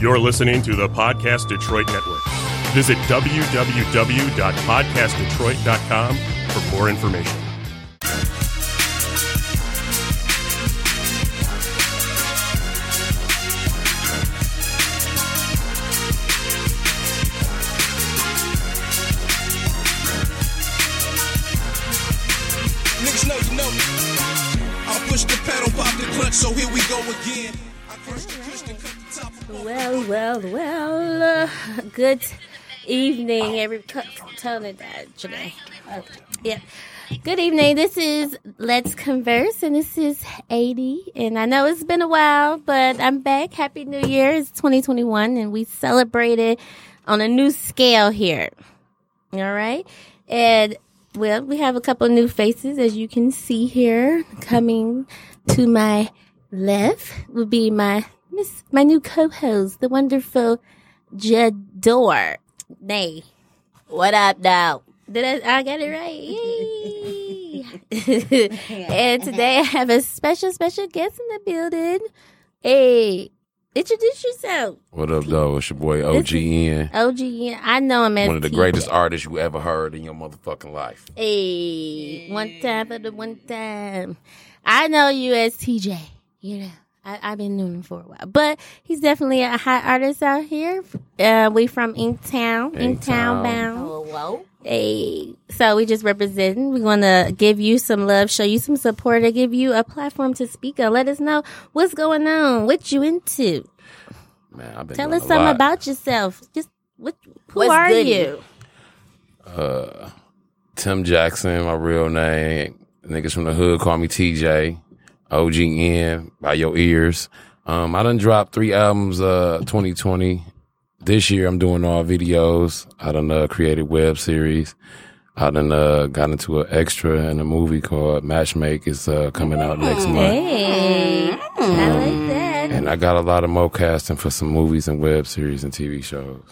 You're listening to the Podcast Detroit Network. Visit www.podcastdetroit.com for more information. Niggas know you know. I push the pedal, pop the clutch, so here we go again. I crush the Christian, cut the top off. Well, well, well. uh, Good evening, every. cut- Tone it down, Janae. Okay. Yeah. Good evening. This is Let's Converse, and this is 80. And I know it's been a while, but I'm back. Happy New Year. It's 2021, and we celebrated on a new scale here. All right. And well, we have a couple new faces as you can see here. Coming to my left will be my miss my new co-host, the wonderful Jador. Nay. What up now? Did I, I got it right? Yay. and today I have a special, special guest in the building. Hey, introduce yourself. What up, though? It's your boy OGN, OG, I know him as one of the T. greatest artists you ever heard in your motherfucking life. Hey, one time for the one time. I know you as TJ. You know, I, I've been knowing him for a while, but he's definitely a hot artist out here. Uh, we from Inktown, Inktown Inktown. bound. Hey, so we just representing. We want to give you some love, show you some support, and give you a platform to speak on. Let us know what's going on, what you into. Man, I've been Tell doing us a something lot. about yourself. Just what? Who What's are goody? you? Tim Jackson, my real name. Niggas from the hood call me TJ. OGN by your ears. Um, I done dropped three albums uh 2020. This year I'm doing all videos. I done uh, created web series. I done uh, got into an extra in a movie called Matchmake. It's uh, coming out next month. Hey, I like that. And I got a lot of mo casting for some movies and web series and TV shows.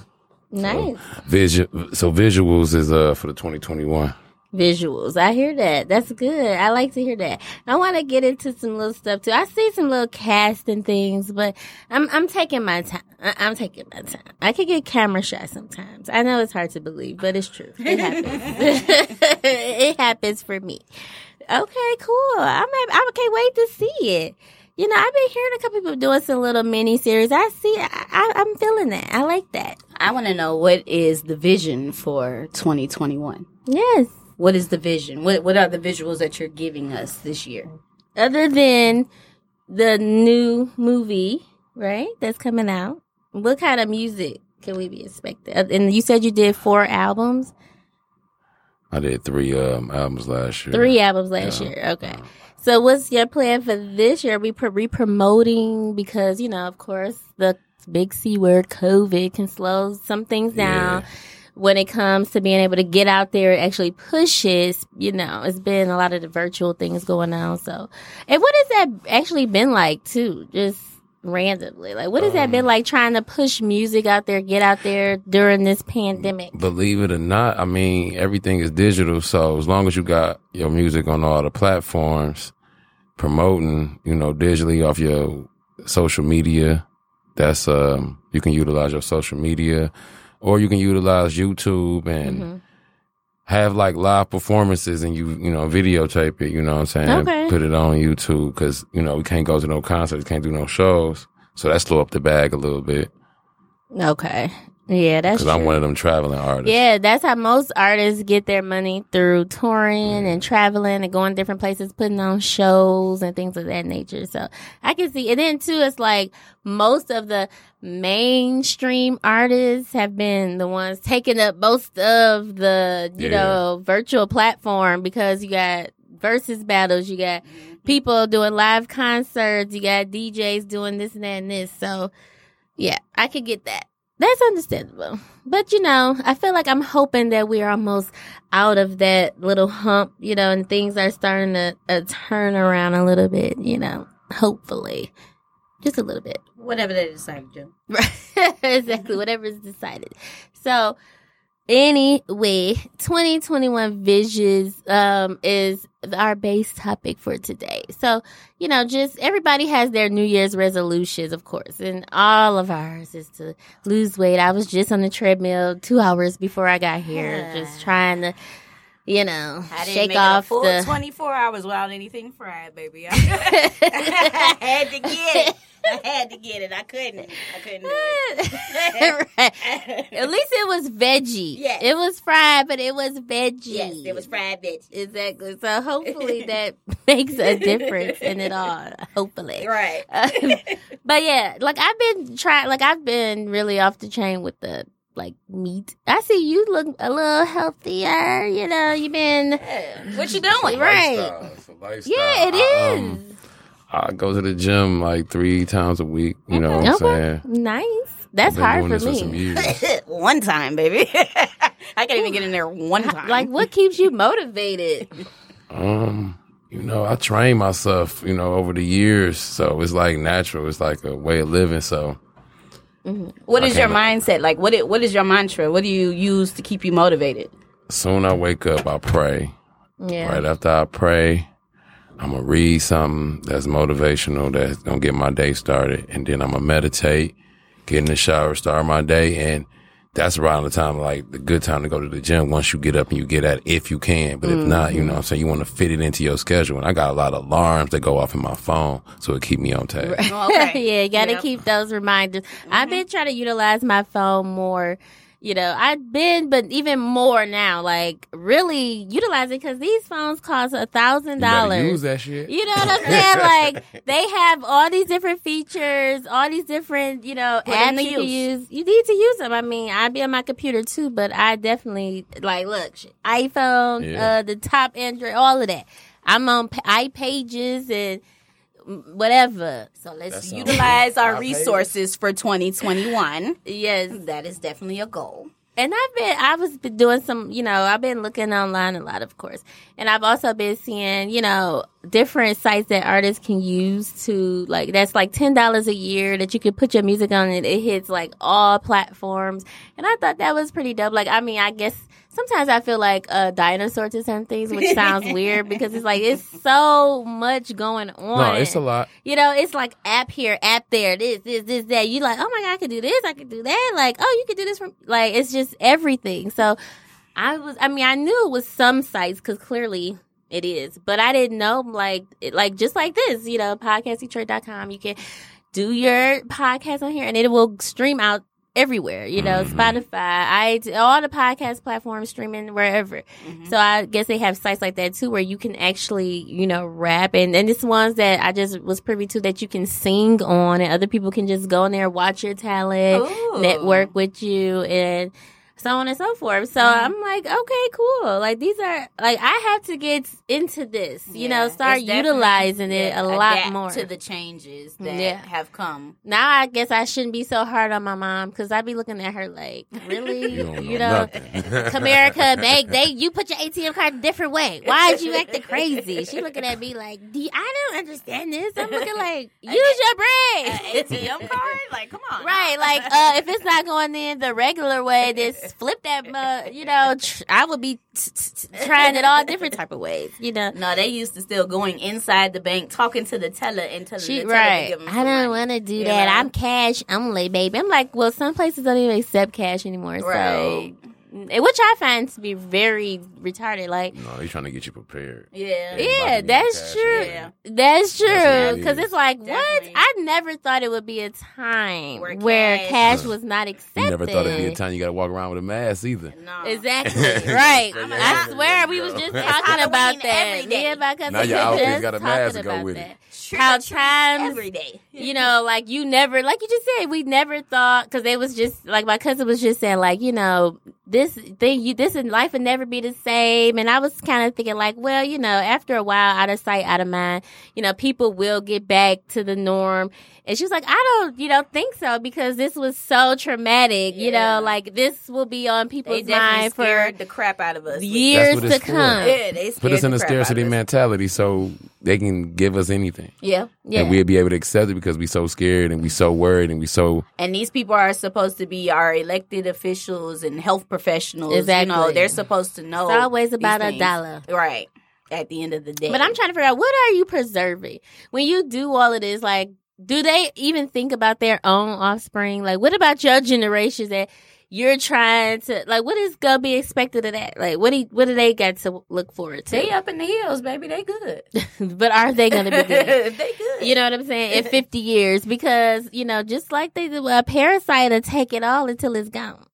Nice. Visu- so visuals is uh for the 2021. visuals. I hear that. That's good. I like to hear that. I want to get into some little stuff too. I see some little cast and things, but I'm I'm taking my time. I, I'm taking my time. I could get camera shy sometimes. I know it's hard to believe, but it's true. It happens. it happens for me. Okay, cool. I'm hap- I can't wait to see it. You know, I've been hearing a couple people doing some little mini series. I see. I, I, I'm feeling that. I like that. I want to know what is the vision for 2021? Yes. What is the vision? What what are the visuals that you're giving us this year? other than the new movie, right? That's coming out. What kind of music can we be expecting? Uh, And you said you did four albums, I did three um albums last year. three albums last Yeah. year. Okay. So what's your plan for this year? Are we pro- re-promoting because you know, of course, the big C word, COVID, can slow some things down. Yeah. When it comes to being able to get out there and actually push it, you know, it's been a lot of the virtual things going on. So, and what has that actually been like too? Just randomly, like what has that Um, been like trying to push music out there, get out there during this pandemic? Believe it or not, I mean everything is digital. So as long as you got your music on all the platforms, promoting you know digitally off your social media, that's um you can utilize your social media, or you can utilize YouTube and. Mm-hmm. Have like live performances and you you know videotape it you know what I'm saying Okay. put it on YouTube because you know we can't go to no concerts can't do no shows so that slow up the bag a little bit Mm. Okay, yeah, that's because true. I'm one of them traveling artists Yeah, that's how most artists get their money through touring and traveling and going different places, putting on shows and things of that nature. So I can see. And then too, it's like most of the mainstream artists have been the ones taking up most of the, you Yeah. know, virtual platform because you got versus battles, you got people doing live concerts, you got DJs doing this and that and this. So yeah, I could get that. That's understandable. But you know, I feel like I'm hoping that we're almost out of that little hump, you know, and things are starting to uh, turn around a little bit, you know, hopefully. Just a little bit. Whatever they decide to do. Right. exactly. Whatever is decided. So, Anyway, 2021 visions um, is our base topic for today. So, you know, just everybody has their New Year's resolutions, of course, and all of ours is to lose weight. I was just on the treadmill two hours before I got here, just trying to, you know, I didn't shake make off it a full the. 24 hours without anything fried, baby. I had to get it. I had to get it. I couldn't. I couldn't do it. Right. At least it was veggie. Yes. It was fried, but it was veggie. yes, it was fried veggies. Exactly. So hopefully that makes a difference in it all. Hopefully. Right. Um, but yeah, like I've been trying, like I've been really off the chain with the like meat. I see you look a little healthier. You know, you've been What you doing? right. Lifestyle. It's a lifestyle. Yeah, it I, is. um, I go to the gym like three times a week. You know what I'm okay. saying? Oh, Nice. That's Been hard doing for this some me. years. one time, baby. I can't even get in there one time. Like, what keeps you motivated? Um, you know, I train myself, you know, over the years, so it's like natural. It's like a way of living. So what is Okay, your but- mindset? Like, what? It, what is your mantra? What do you use to keep you motivated? soon I wake up, I pray. Yeah. Right after I pray, I'm gonna read something that's motivational that's gonna get my day started, and then I'm gonna meditate, get in the shower, start my day, and that's around the time like the good time to go to the gym. Once you get up and you get at it, if you can, but if not, Mm-hmm. you know, what I'm saying you want to fit it into your schedule. And I got a lot of alarms that go off in my phone, so it keep me on task. Oh, okay. yeah, you gotta Yep. Mm-hmm. keep those reminders. I've been trying to utilize my phone more. You know, I've been, but even more now. Like really utilize it because these phones cost a thousand You better dollars. Use that shit. You know what I'm saying? Like they have all these different features, all these different you know Put apps 'em to you can use. use. You need to use them. I mean, I'd be on my computer too, but I definitely like look sh- iPhone, Yeah. uh, the top Android, all of that. I'm on pa- iPages and mm, whatever. So let's sounds- Utilize our I paid it. resources for 2021. yes. That is definitely a goal. And I've been, I was been doing some, you know, I've been looking online a lot, of course. And I've also been seeing, you know, different sites that artists can use to, like, that's like $10 a year that you can put your music on and it hits like all platforms. And I thought that was pretty dope. Like, I mean, I guess sometimes I feel like a dinosaur to certain things, which sounds weird because it's like, it's so much going on. No, it's a lot. You know, it's like app here, app there, this, this, this, that. You like, oh my god, I could do this, I could do that. Like, oh, you could do this from like it's just everything. So I was, I mean, I knew it was some sites because clearly it is, but I didn't know like it, like just like this, you know, podcastdetroit.com. You can do your podcast on here, and it will stream out everywhere. You know, Mhm. Spotify, I all the podcast platforms streaming wherever. Mm-hmm. So I guess they have sites like that too, where you can actually, you know, rap and and it's ones that I just was privy to that you can sing on, and other people can just go in there, watch your talent, Ooh. network with you, and so on and so forth. So Mm-hmm. I'm like, okay, cool. Like these are like I have to get into this, you know, Yeah, start it's definitely- utilizing it yeah, a lot adapt more. to the changes that Yeah. have come. now I guess I shouldn't be so hard on my mom because I'd be looking at her like, really, You don't know, nothing. Comerica, Meg, they you put your ATM card a different way. Why is you acting crazy? She looking at me like, D- I don't understand this. I'm looking like, use your brain. ATM card? Like, come on. Right, like uh, if it's not going in the regular way, just flip that mug. You know, tr- I would be t- t- t- trying it all different type of ways. You know, No, they used to still going inside the bank, talking to the teller and telling She the teller to right. give them I don't want to do that. know? I'm cash only, baby. I'm like, well, some places don't even accept cash anymore. Right. So, and which I find to be very retarded. Like, No, he's trying to get you prepared. Yeah. Everybody yeah, needs that's cash. true. Yeah. That's what true. it Because is. it's like, what? Definitely. I never thought it would be a time Where where, cash- cash, was not accepted. You never thought it'd be a time you got to walk around with a mask either. No. Exactly right. I'm I a- swear we was just talking Halloween about that. every day. Me and my cousin Now your were outfit's just got a talking mask to go about with it. that. Trick How or treat times every day. you know, like you never, like you just said, we never thought because they was just like my cousin was just saying, like you know, this thing, you this in life would never be the same. And I was kind of thinking, like, well, you know, after a while, out of sight, out of mind, you know, people will get back to the norm. And she was like, I don't, you know, think so because this was so traumatic. You Yeah. know, like this will be on They people's definitely mind for scared the crap out of us. years That's what to it's for. come. Yeah, they Put us in a scarcity man. mentality, so they can give us anything, Yeah. Yeah. and we'll be able to accept it because we so scared and we so worried and we so And these people are supposed to be our elected officials and health professionals. You know, Exactly. they're supposed to know. It's always these about a things. dollar. Right. At the end of the day. But I'm trying to figure out what are you preserving when you do all of this? Like, do they even think about their own offspring? Like, what about your generations that you're trying to like? What is gonna be expected of that? Like, what do what do they got to look forward They to? up in the hills, baby. They good. but are they gonna be good? they good. You know what I'm saying? In 50 years, because you know, just like they do, a parasite will take it all until it's gone.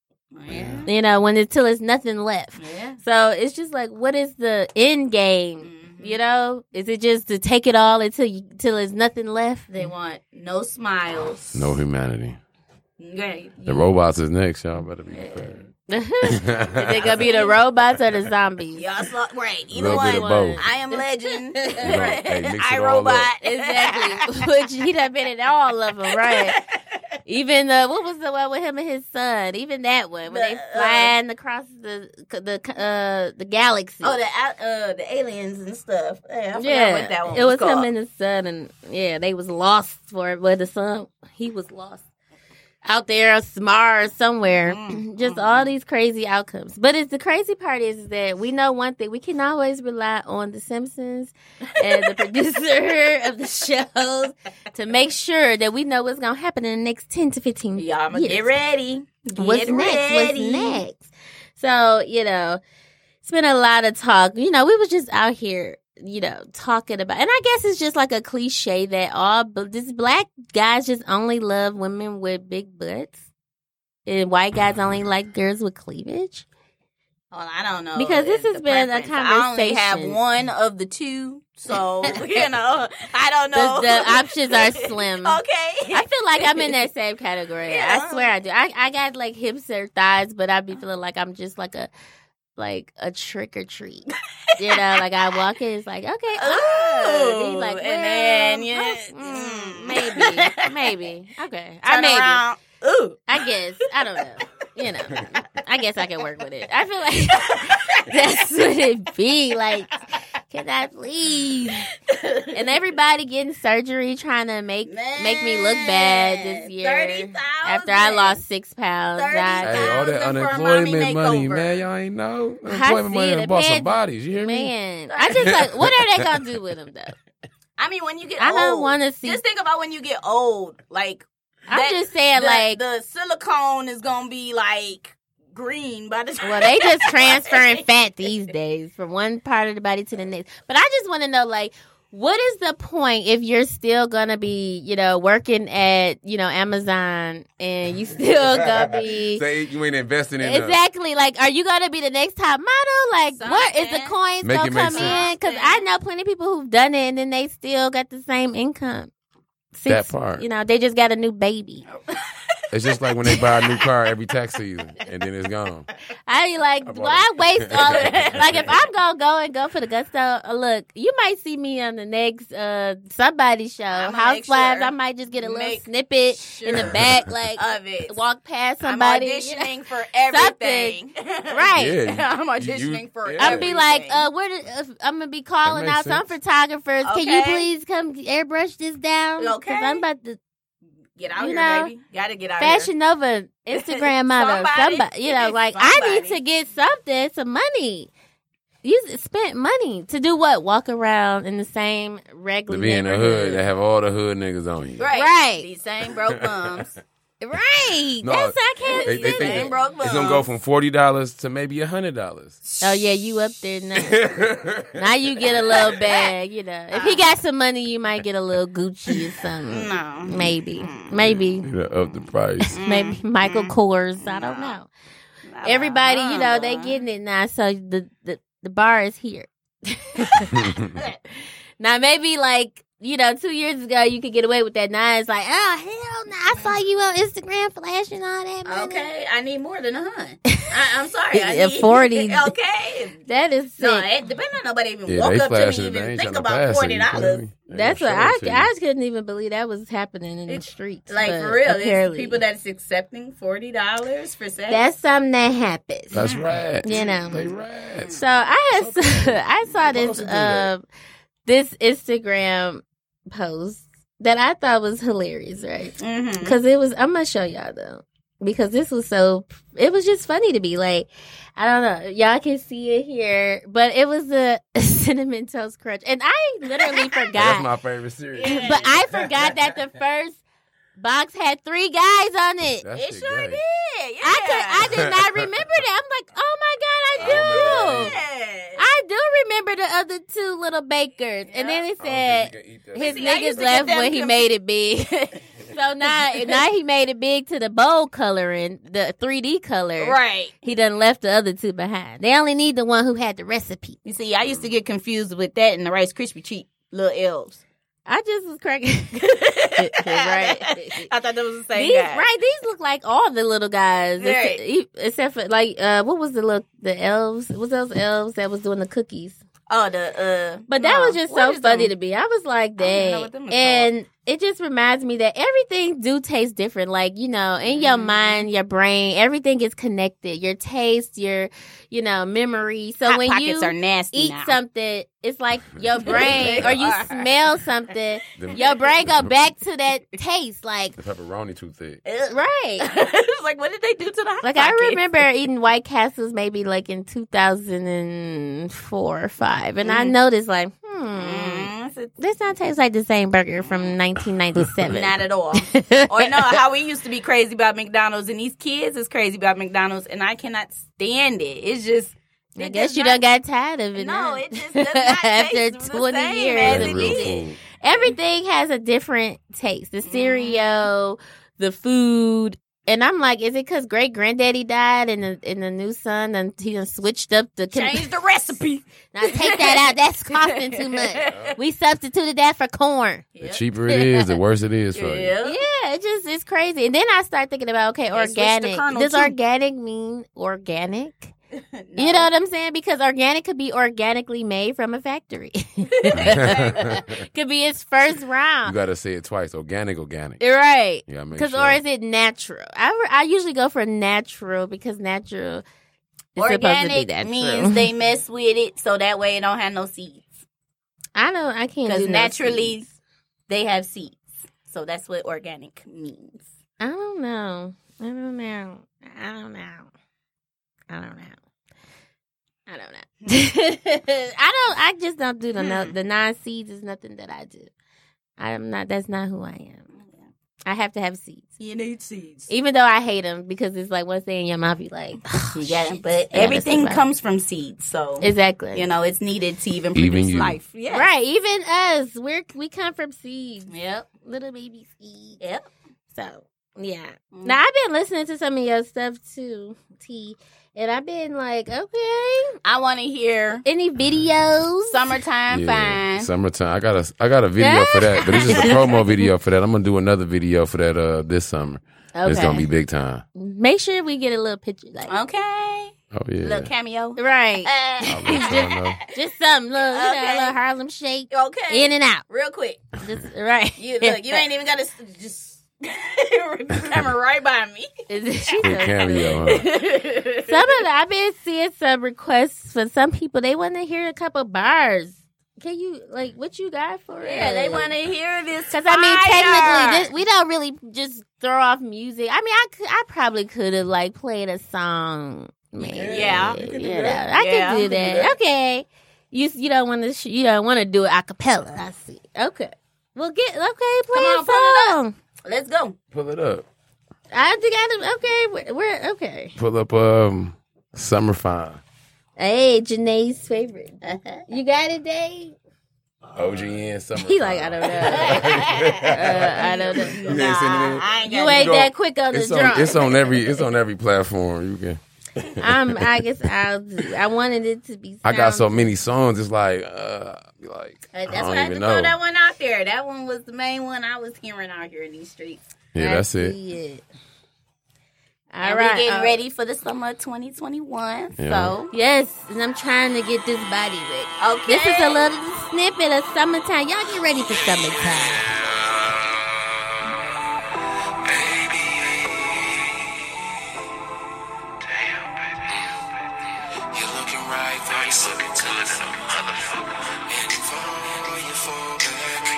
Yeah. You know, when until there's nothing left. Yeah. So it's just like, what is the end game? Mhm. You know, is it just to take it all until you, till there's nothing left? They want no smiles. no humanity. Yeah. The robots is next, y'all better be prepared. is it gonna be the robots or the zombies? Y'all saw right. Either little bit of one. both. I am legend. know, hey, mix it I all robot. up. Exactly. Which he'd have been in all of them, right? Even the what was the one with him and his son? Even that one when they The, uh, flying across the the uh the galaxy. Oh, the al- uh, the aliens and stuff. Yeah, I forgot yeah, what that one it was called. him and his son, and yeah, they was lost for it. But the son, he was lost out there, on Mars somewhere. Mm, Just mm. all these crazy outcomes. But it's the crazy part is that we know one thing: we can always rely on the Simpsons and the producer of the shows to make sure that we know what's gonna happen in the next ten to fifteen. Y'all, I'ma years. get ready. Get What's ready. next? What's next? So, you know, it's been a lot of talk. You know, we was just out here, you know, talking about, and I guess it's just like a cliche that all bu- this black guys just only love women with big butts. And white guys only like girls with cleavage. Well, I don't know Because this has It's the been a preference. I only have conversation. one of the two, so you know I don't The- know. the options are slim. okay. I feel like I'm in that same category. Yeah. I swear I do. I, I got like hipster thighs, but I be feeling like I'm just like a like a trick or treat. You know, like I walk in, it's like okay, oh, Ooh, They like, well, and then, oh, yeah, mm, maybe, mm. maybe, okay, Turn I maybe, around. Ooh. I guess, I don't know. You know, I guess I can work with it. I feel like that's what it be. Like, can I please? And everybody getting surgery trying to make make me look bad this Man, year. 30,000. after I lost six pounds. I, Hey, oh. all that Thousand for a mommy unemployment money, makeover. man, y'all ain't know. see Unemployment money it, done bought man. some bodies. You hear me? man, I just like what are they gonna do with them though? I mean, when you get I old, don't want to see. Just think about when you get old. Like that- I'm just saying, the, like, the silicone is gonna be like green by the time. well, they just transferring fat these days from one part of the body to the next. But I just want to know, like. What is the point if you're still gonna be, you know, working at, you know, Amazon and you still gonna be Say you ain't investing in us. Exactly. Like, are you gonna be the next top model? Like, what is the Something. coins Make gonna it make come in? sense. Because I know plenty of people who've done it and then they still got the same income. That part. You know, they just got a new baby. It's just like when they buy a new car every tax season and then it's gone. I be like, I bought why it. waste all? Of it? Like, if I'm gonna go and go for the gusto, uh, look, you might see me on the next uh somebody show, I'ma make Housewives. sure- I might just get a little make snippet in the sure back, like of it. walk past I'm somebody. you know? auditioning for everything. Right. Yeah, you- I'm you- auditioning you- for. yeah. I'm I'd gonna be like, uh, where did, uh, I'm gonna be calling out That makes some sense. photographers. Can you Okay. please come airbrush this down? 'Cause Okay. I'm about to get out you here, know, baby. Gotta get out here. Fashion Nova Instagram model. Somebody. somebody, you know, like I need Somebody. to get something, some money. You s- spent money to do what? Walk around in the same To regular be in the hood, they neighborhood. have all the hood niggas on you. Right. Right. These same broke bums. Right. No, That's I can't. They, they do think it. that broke it's gonna go from forty dollars to maybe a hundred dollars. oh yeah, you up there now. Now you get a little bag, you know. Uh. If he got some money, you might get a little Gucci or something. No. Maybe, maybe. up the price. maybe Michael Kors. I don't know. Everybody, you know, they Nah. getting it now. So the the, the bar is here. now maybe like you know, two years ago you could get away with that. Now it's like, oh hell no! I saw you on Instagram flashing all that money. Okay, I need more than a hun. I, I'm sorry. I Yeah, need 40. okay. That is sick. No, it depends on nobody even Yeah, woke they up to flashing me it. They even ain't trying think to about pass it. forty you feel dollars. me? They That's what gonna I, show it to I you. couldn't even believe that was happening in the It's streets. Like but for real, apparently, it's people that's accepting forty dollars for sex. that's something that happens. That's right. You know. They rats. So I had Okay. I saw You're this supposed to do that. um this Instagram post that I thought was hilarious, right? Mm-hmm. Because it was, I'm going to show y'all though. Because this was so, it was just funny to be like, I don't know, y'all can see it here, but it was the cinnamon toast crunch, and I literally That's forgot. my favorite series. Yeah. but I forgot that the first box had three guys on it. That It shit sure great. did. Yeah. I could, I did not remember that. I'm like, oh my god, I I remember do. that. Yeah. I do remember the other two little bakers, and then it I don't said think Oh, you can eat that his shit. See, I niggas used to get left them when he conf- made it big. so now, now he made it big to the bold coloring, the 3D color. Right. He done left the other two behind. They only need the one who had the recipe. You see, I used to get confused with that and the Rice Krispie treat, little elves. I just was cracking. right. I thought that was the same These, guy. right, these look like all the little guys, Right. except, except for like uh, what was the look? The elves, was those elves that was doing the cookies? Oh, the uh. But that no, was just what so is funny them? to me. I was like, I don't even know dang. what them are And it just reminds me that everything do taste different. Like, you know, in your Mhm. mind, your brain, everything is connected. Your taste, your, you know, memory. So Hot when pockets you are nasty eat now. something, it's like your brain They or you are. smell something, Them- your brain go back to that taste. Like, The pepperoni too thick. Ugh. right. It's like, what did they do to the hot Like I Pockets? remember eating White Castles maybe like in 2004 or 5 and I Mhm. noticed like, hmm. Mm, it's- This not taste like the same burger from Mm. not 1997. at all. or no, how we used to be crazy about McDonald's, and these kids is crazy about McDonald's, and I cannot stand it. It's just. I it guess does you not- done got tired of it. No, huh? it just does not After taste the 20 same Mm-hmm. years as That's of it real is. eating. food. Everything has a different taste. Mm-hmm. The cereal, the food. And I'm like, is it because great granddaddy died and the, and the new son and he done switched up the con- Change the recipe. now take that out. That's costing too much. We substituted that for corn. The Yep. cheaper it is, the worse it is for you. Yep. Yeah, it just it's crazy. And then I start thinking about okay, They switched the organic. kernel, Does too. organic mean organic? No. You know what I'm saying? Because organic could be organically made from a factory. could be its first you round. gotta say it twice. Organic, organic. You're right. Yeah, make Because sure. or is it natural? I, re- I usually go for natural because natural is supposed to be Organic natural. means they mess with it, so that way it don't have no seeds. I don't. I can't do Because no naturally, seeds. they have seeds, so that's what organic means. I don't know. I don't know. I don't know. I don't know. I don't know. I don't. I just don't do the no, Hmm. the non seeds is nothing that I do. I'm not. That's not who I am. I have to have seeds. You need seeds. Even though I hate them because it's like once they in your mouth, you like, You "Oh, got shit, it, but I gotta everything survive." comes from seeds, so exactly. you know it's needed to even Even produce you. life. Yeah. Right, even us, we're we come from seeds, Yep. little baby seeds. Yep. Mm. So yeah. Now I've been listening to some of your stuff too, T, and I've been like, okay, I want to hear any videos? summertime Yeah, fine. Summertime. I got a I got a video for that, but it's just a promo video for that. I'm gonna do another video for that uh this summer. Okay. It's gonna be big time. Make sure we get a little picture, like okay. Oh yeah. Little cameo. right, I'll Uh, let y'all know. just some little, you know, Okay. a little Harlem shake okay. in and out, Real quick. just right. You look. You ain't even gotta s- just coming right by me. Quick cameo. Huh? Some of the, I've been seeing some requests for some people. They want to hear a couple bars. Can you like what you got for it? Yeah, they want to hear this. Because I mean, fire. technically, this, we don't really just throw off music. I mean, I could, I probably could have like played a song. Maybe. Yeah. you You know, can do that. I Yeah, can you do can do that. that. Okay, you you don't want to sh- you don't want to do it a cappella. I see. Okay, well get okay, play Come a on, pull it song. Let's go. Pull it up. I do got to okay. We're, we're okay. Pull up um summer fine. Hey, Janae's favorite. You got it, Dave. OGN summer. He like I don't know. Uh, I don't know. You ain't seen it. I ain't You got ain't go- that quick on the It's on, it's drum. on every it's on every platform. You can. I'm, I guess I'll. Do, I wanted it to be. I got sound- so many songs. It's like uh, be like Uh, I That's don't why I had to even throw know. that one out there. That one was the main one I was hearing out here in these streets. Yeah, that's I it. see it. All And right. we're getting uh, ready for the summer of 2021. Yeah. So, Yes, and I'm trying to get this body ready. okay. This is a little snippet of summertime. Y'all get ready for summertime. You're looking right, you looking good in a motherfucker. And if only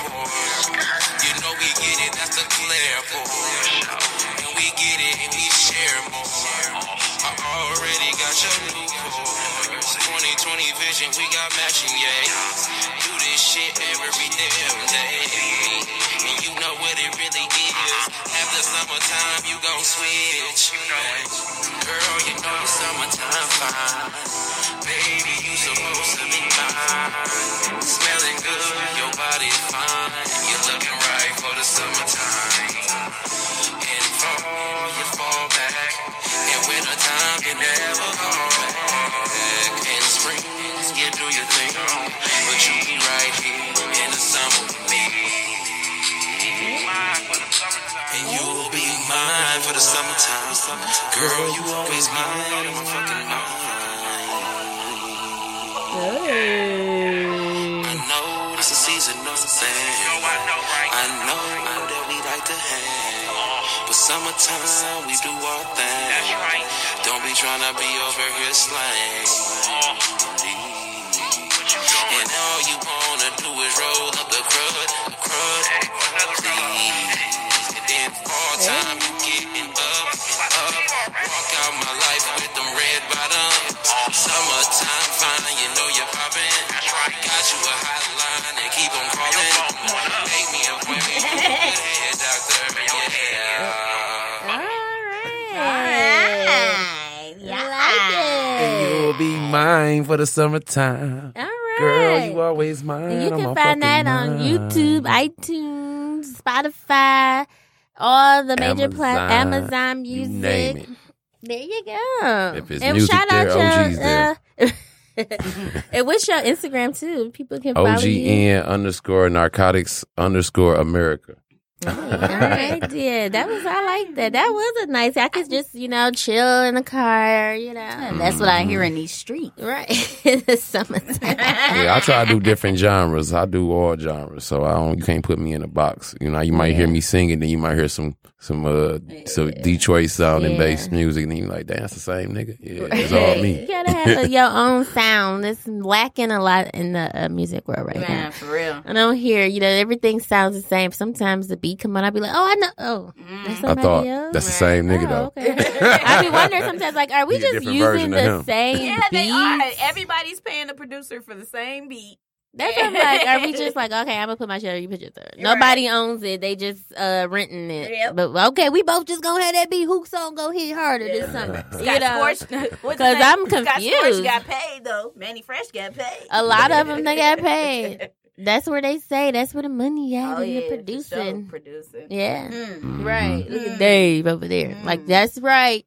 You know we get it, that's the glare And we get it and we share more. I already got your new car. 2020 vision, we got matching, yeah. Do this shit every damn day. And you know what it really is. After summertime, you gon' switch. Girl, you know it's summertime fine. Baby, you supposed to be mine. Smelling good, your body's fine. You're looking right for the summertime. In fall, you fall back. In winter time, you never come back. In spring, you do your thing. But you be right here in the summer with me. And you'll be mine for the summertime. Girl, you always mine in my fucking mind. I know this is seasonal thing. I know that we like to hang, but summertime we do our thing. Don't be trying to be over here slang. And all you wanna do is roll up the crud, crud, please. And then all time you getting up, up. Walk out my life with them red bottoms. Summertime fine, you know you're poppin'. Got you a hotline and keep on calling. Make me a appointment. Head doctor, yeah. All right. Alright. I like it. You'll be mine for the summertime. All right. Girl, you always mine. And you on can my find that fucking on mind. YouTube, iTunes, Spotify, all the major platforms, Amazon you Music. name it. There you go. If it's music there, OG's there. uh, and what's your Instagram too? People can follow you. OGN underscore narcotics underscore America. All right, yeah, that was I like that. That was a nice. I could just you know chill in the car, you know. That's what I hear in these streets. Right, in the summertime. Yeah, I try to do different genres. I do all genres, so I don't. You can't put me in a box. You know, you might hear me singing, then you might hear some some uh some Detroit sounding Yeah. bass music, and you like, damn, it's the same nigga. Yeah, it's all You me. gotta have your own sound. It's lacking a lot in the uh, music world right now. Man, for real. I don't hear, you know, everything sounds the same. Sometimes the beat come on, I'll be like, oh, I know, oh, Mm. that's I somebody thought else. that's the same nigga oh, though. okay. I be wondering sometimes, like, are we Need just a different using version of the him. same Yeah, beat? they are. Everybody's paying the producer for the same beat. That's what I'm like, are we just like, okay, I'm gonna put my shit, you put your third. Nobody owns it; they just uh renting it. Yep. But okay, we both just gonna have that beat. Who song go hit harder this summer? Scott You know? Storch. what's 'Cause his name? I'm Scott confused. Storch got paid though. Manny Fresh got paid. A lot of them they got paid. That's where they say that's where the money at Oh in yeah, the for sure, producing. producing. Yeah. Mm. Right. Look Mm. at Dave over there. Like, that's right.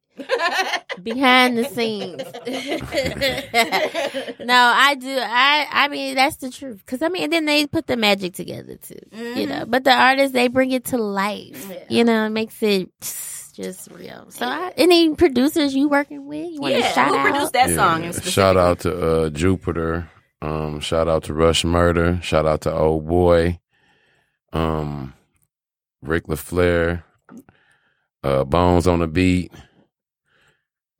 Behind the scenes. no, I do. I I mean, that's the truth. Because, I mean, and then they put the magic together, too. You know, but the artists, they bring it to life. Mm-hmm. Yeah. You know, it makes it just real. So, I, any producers you working with, you want to Yeah, shout who out? produced that Mm-hmm. Yeah. song? in Shout specific? out to uh, Jupiter. Um, shout out to Rush Murder. Shout out to Old Boy. Um, Rick LaFleur. Uh, Bones on the beat.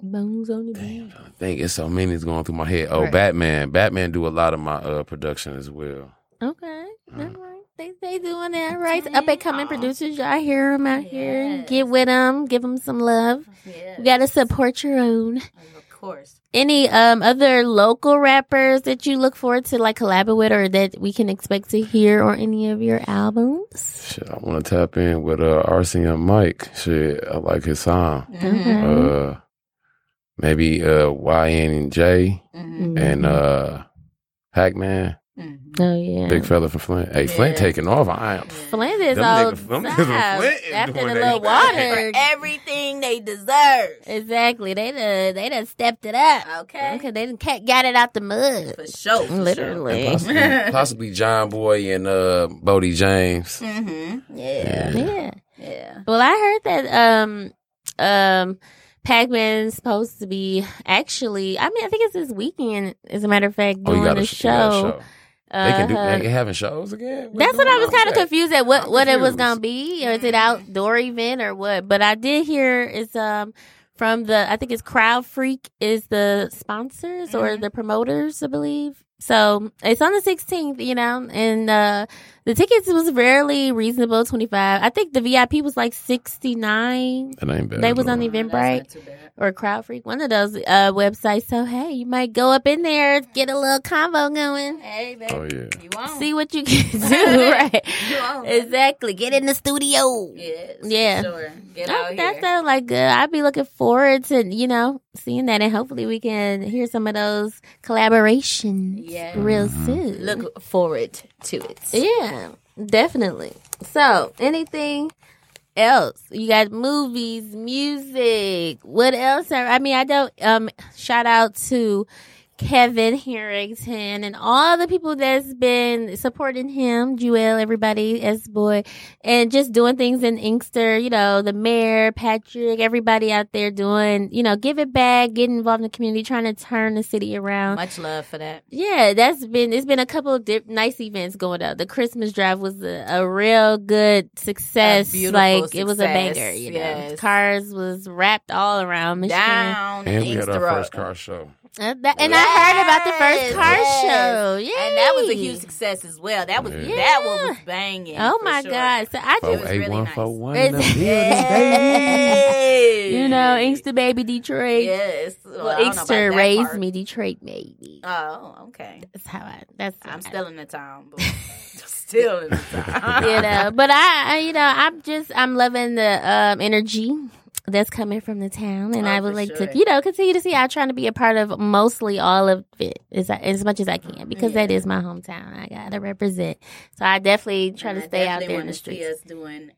Bones on the Damn, beat. I think it's so many that's going through my head. Oh, Right. Batman. Batman do a lot of my uh, production as well. Okay. All right. They they doing that right. Up and coming producers, y'all hear them out here. Get with them. Give them some love. Yeah, You gotta support your own. of course. Any um other local rappers that you look forward to like collabing with, or that we can expect to hear on any of your albums? Shit, I want to tap in with uh, RCM Mike. Shit, I like his sound. Okay. Uh, maybe uh, YN and J Mm-hmm, Mhm. and uh, Hackman. oh yeah, Big fella from Flint. Hey, Flint taking off. I am. mm-hmm. Flint is Them all niggas- them niggas from Flint sides is after doing the they little water. thing. Everything they deserve. Exactly, they done, they done stepped it up. Okay. okay, they done ca- got it out the mud. For sure. Literally, Possibly, possibly John Boy and uh, Bodie James. Mm-hmm. Yeah. yeah. Yeah. Well, I heard that um um Pac-Man's supposed to be actually. I mean, I think it's this weekend. As a matter of fact, Oh, doing you got a a sh- you got a show. They can do. Uh, They having shows again. What's that's what going I was on kind of with that? confused at what I'm what it was confused. gonna be, or is it outdoor event or what? But I did hear it's um from the I think it's Crowd Freak is the sponsors Mm-hmm. or the promoters, I believe. So it's on the 16th, you know, and uh The tickets was rarely reasonable, twenty five. I think the VIP was like sixty nine. That ain't bad. They was though. on Eventbrite That's not too bad. or Crowd Freak, one of those uh, websites. So hey, you might go up in there, get a little combo going. Hey, baby. Oh yeah. You won't. See what you can do, right? You won't. exactly. Get in the studio. Yes, for Yeah. Sure. Get Oh, out here. that sounds like good. I'd be looking forward to you know seeing that, and hopefully we can hear some of those collaborations Yes. real soon. Look forward to it. yeah, definitely. So, anything else? You got movies, music. What else? Are, I mean, I don't. Um, shout out to Kevin Harrington and all the people that's been supporting him, Jewel, everybody, S boy, and just doing things in Inkster, you know, the mayor, Patrick, everybody out there doing, you know, give it back, getting involved in the community, trying to turn the city around. Much love for that. Yeah, that's been it's been a couple of dip, nice events going up. The Christmas drive was a, a real good success. A beautiful like it was a success, banger. You know, yes. cars was wrapped all around Michigan. Down. And we had our Inkster Road. first car show. Uh, that- and I heard about the first car Yes. show. Yeah, And that was a huge success as well. That was Yeah. that one was banging. Oh for my sure. god! So I Four just eight one four one. It's- Hey. you know, Inkster baby Detroit. Yes. Well, I Well, don't know Inkster about that raised part. me Detroit baby. Oh, okay. That's how I. That's I'm how I- still in the town, but still in the town. you know. But I, I, you know, I'm just I'm loving the um, energy that's coming from the town, and Oh, I would for like sure. to, you know, continue to see. I'm trying to be a part of mostly all of it as I- as much as I can because that is my hometown. I gotta represent, so I definitely try And to I stay out definitely there in wanna the see streets. us doing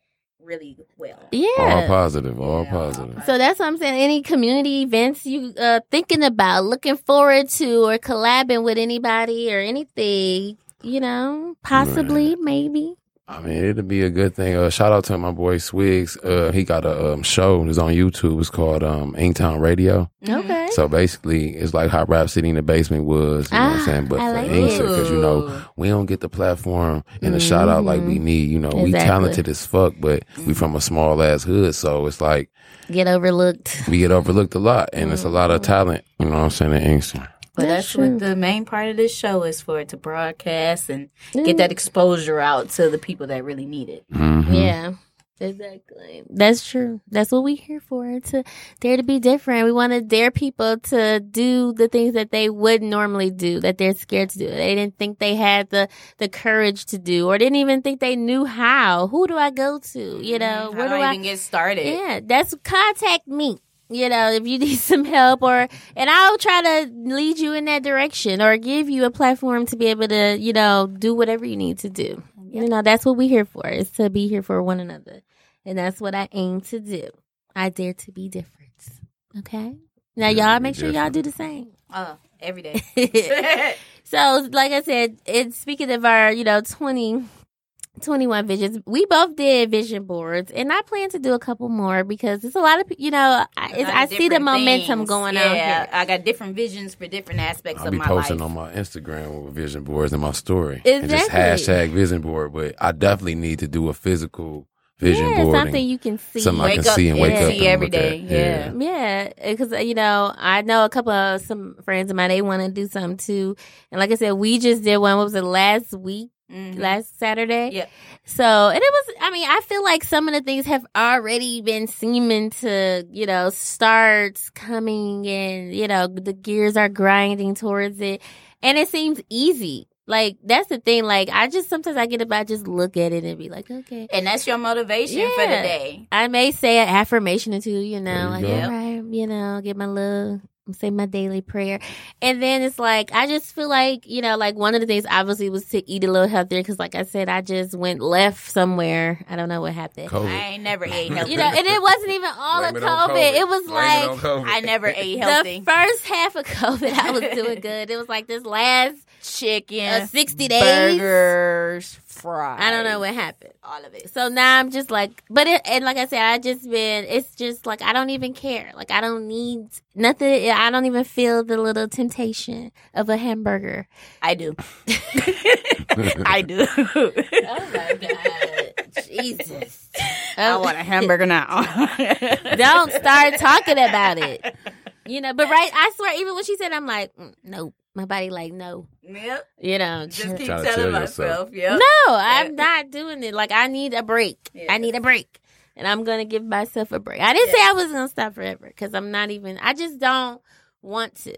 really well. All Yeah. positive. All Yeah. positive. So that's what I'm saying. Any community events you uh thinking about, looking forward to, or collabing with anybody or anything, you know, possibly, maybe. I mean, it'd be a good thing. Uh, shout out to my boy Swigs. Uh, he got a um, show. It's on YouTube. It's called um, Inktown Radio. Mm-hmm. Okay. So basically, it's like how Rap City in the Basement was. You know what Ah, I'm saying? But I for like Inkster, because you know Ooh. we don't get the platform and the shout out like we need. You know, we Mm-hmm. Exactly. Mm-hmm. talented as fuck, but we from a small ass hood, so it's like Get overlooked. we get overlooked a lot, and Mm-hmm. it's a lot of talent. You know what I'm saying? In Inkster. But That's that's, true. what the main part of this show is for it to broadcast and get that exposure out to the people that really need it. Mhm. Yeah, exactly. That's true. That's what we here for to dare to be different. We want to dare people to do the things that they would normally do that they're scared to do. They didn't think they had the the courage to do, or didn't even think they knew how. Who do I go to? You know, Mm-hmm. How where do Mm-hmm. do Oh, I I? even get started? Yeah, that's contact me. You know, if you need some help or and I'll try to lead you in that direction or give you a platform to be able to, you know, do whatever you need to do. You know, that's what we're here for, is to be here for one another. And that's what I aim to do. I dare to be different. Okay? Now Dare to y'all be make sure y'all do the same. Oh, every day. So, like I said, and speaking of our, you know, 20, 21 visions, we both did vision boards, and I plan to do a couple more because it's a lot of, pe- you know, I, A lot it's, of I see the different momentum things. going yeah, on here. I got different visions for different aspects I'll of be my posting life. on my Instagram with vision boards and my story. And just Exactly. hashtag vision board, but I definitely need to do a physical vision yeah, board. something you can see. something I Wake can up see and wake and up see and every look day. At. Yeah. Yeah, because you know I know a couple of some friends of mine they want to do something too, and like I said, we just did one. What was it last week? Mm-hmm. Mhm. Last Saturday. Yep. So and it was. I mean, I feel like some of the things have already been seeming to you know start coming, and you know the gears are grinding towards it, and it seems easy. Like that's the thing. Like I just sometimes I get about just look at it and be like, okay, And that's your motivation for the Yeah. day. I may say an affirmation or two, you know, There like, you go. all right, you know, get my little, say my daily prayer. And then it's like, I just feel like, you know, like one of the things obviously was to eat a little healthier because, like I said, I just went left somewhere. I don't know what happened. I COVID. ain't never ate healthy. You know, and it wasn't even all Blame of it on COVID. It was Blame like, on COVID. I never ate the healthy. first half of COVID, I was doing good. It was like this last Chicken, uh, 60 days. burgers, fries. I don't know what happened. all of it. So now I'm just like, but it, and like I said, I just been, it's just like, I don't even care. Like, I don't need nothing. I don't even feel the little temptation of a hamburger. I do. I do. Oh my God. Jesus. Oh. I want a hamburger now. don't start talking about it. You know, but right, I swear, even when she said, I'm like, mm, nope. My body like, no. Yep. You know, Just keep Tryna telling tell yourself. myself. Yep. no, I'm not doing it. Like I need a break. Yeah. I need a break, and I'm gonna give myself a break. I didn't say I was gonna stop forever because I'm not even. I just don't want to.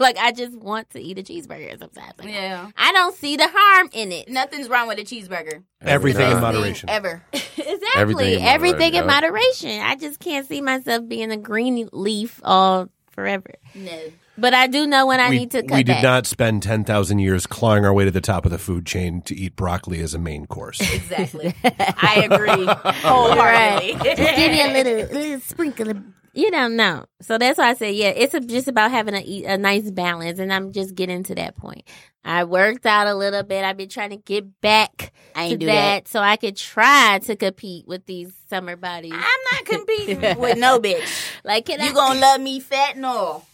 like I just want to eat a cheeseburger sometimes. Like, Yeah. I don't see the harm in it. Nothing's wrong with a cheeseburger. Everything in Nah. moderation. Ever. exactly. Everything Everything, in moderation, in yeah. moderation. I just can't see myself being a green leaf all forever. No. But I do know when I we, need to cut we did back. not spend 10,000 years clawing our way to the top of the food chain to eat broccoli as a main course. Exactly. I agree wholeheartedly. just give me a little, little sprinkle of, you don't know. So that's why I said, yeah, it's a, just about having a, e- a nice balance. And I'm just getting to that point. I worked out a little bit. I've been trying to get back I to ain't do that. that, so I could try to compete with these summer bodies. I'm not competing with no bitch. Like, can I? You gonna love me fat and all.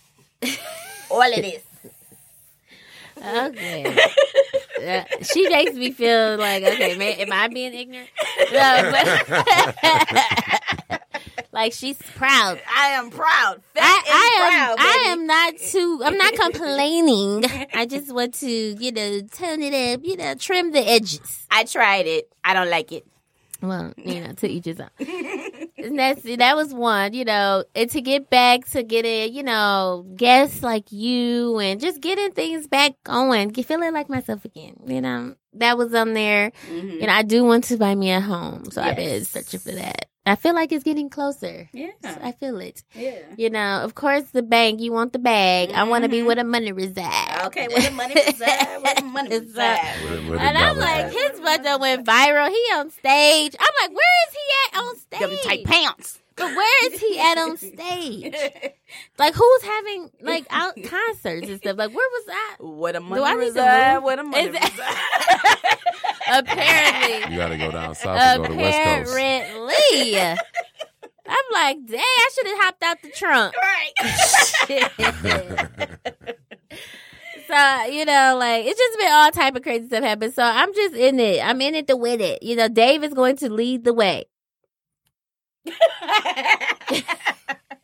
All of this. Okay. Oh, Yeah, she makes me feel like okay, ma am I being ignorant? No, but- like she's proud. I am proud. Fat I, and I am proud, I baby. am not too I'm not complaining. I just want to, you know, tone it up, you know, trim the edges. I tried it. I don't like it. Well, you know, to each his own. and that's that was one, you know, and to get back to getting, you know, guests like you and just getting things back going, get feeling like myself again. You know, that was on there, Mhm. and I do want to buy me a home, so I've been Yes. searching for that. I feel like it's getting closer. Yeah. I feel it. Yeah. You know, of course, the bank. You want the bag. I want to be where the money resides. Okay, where the money reside, where the money It's, uh, reside. With a- with a And I'm dollar like, back. his butt done went viral. He on stage. I'm like, where is he at on stage? Them tight pants. But where is he at on stage? Like, who's having like out concerts and stuff? Like, where was I? What a I money need to reside, move? what a money Is- reside. Apparently, you gotta go down south and go to West Coast. apparently, I'm like, dang, I should have hopped out the trunk. right. so you know, like it's just been all type of crazy stuff happen. So I'm just in it. I'm in it to win it. You know, Dave is going to lead the way.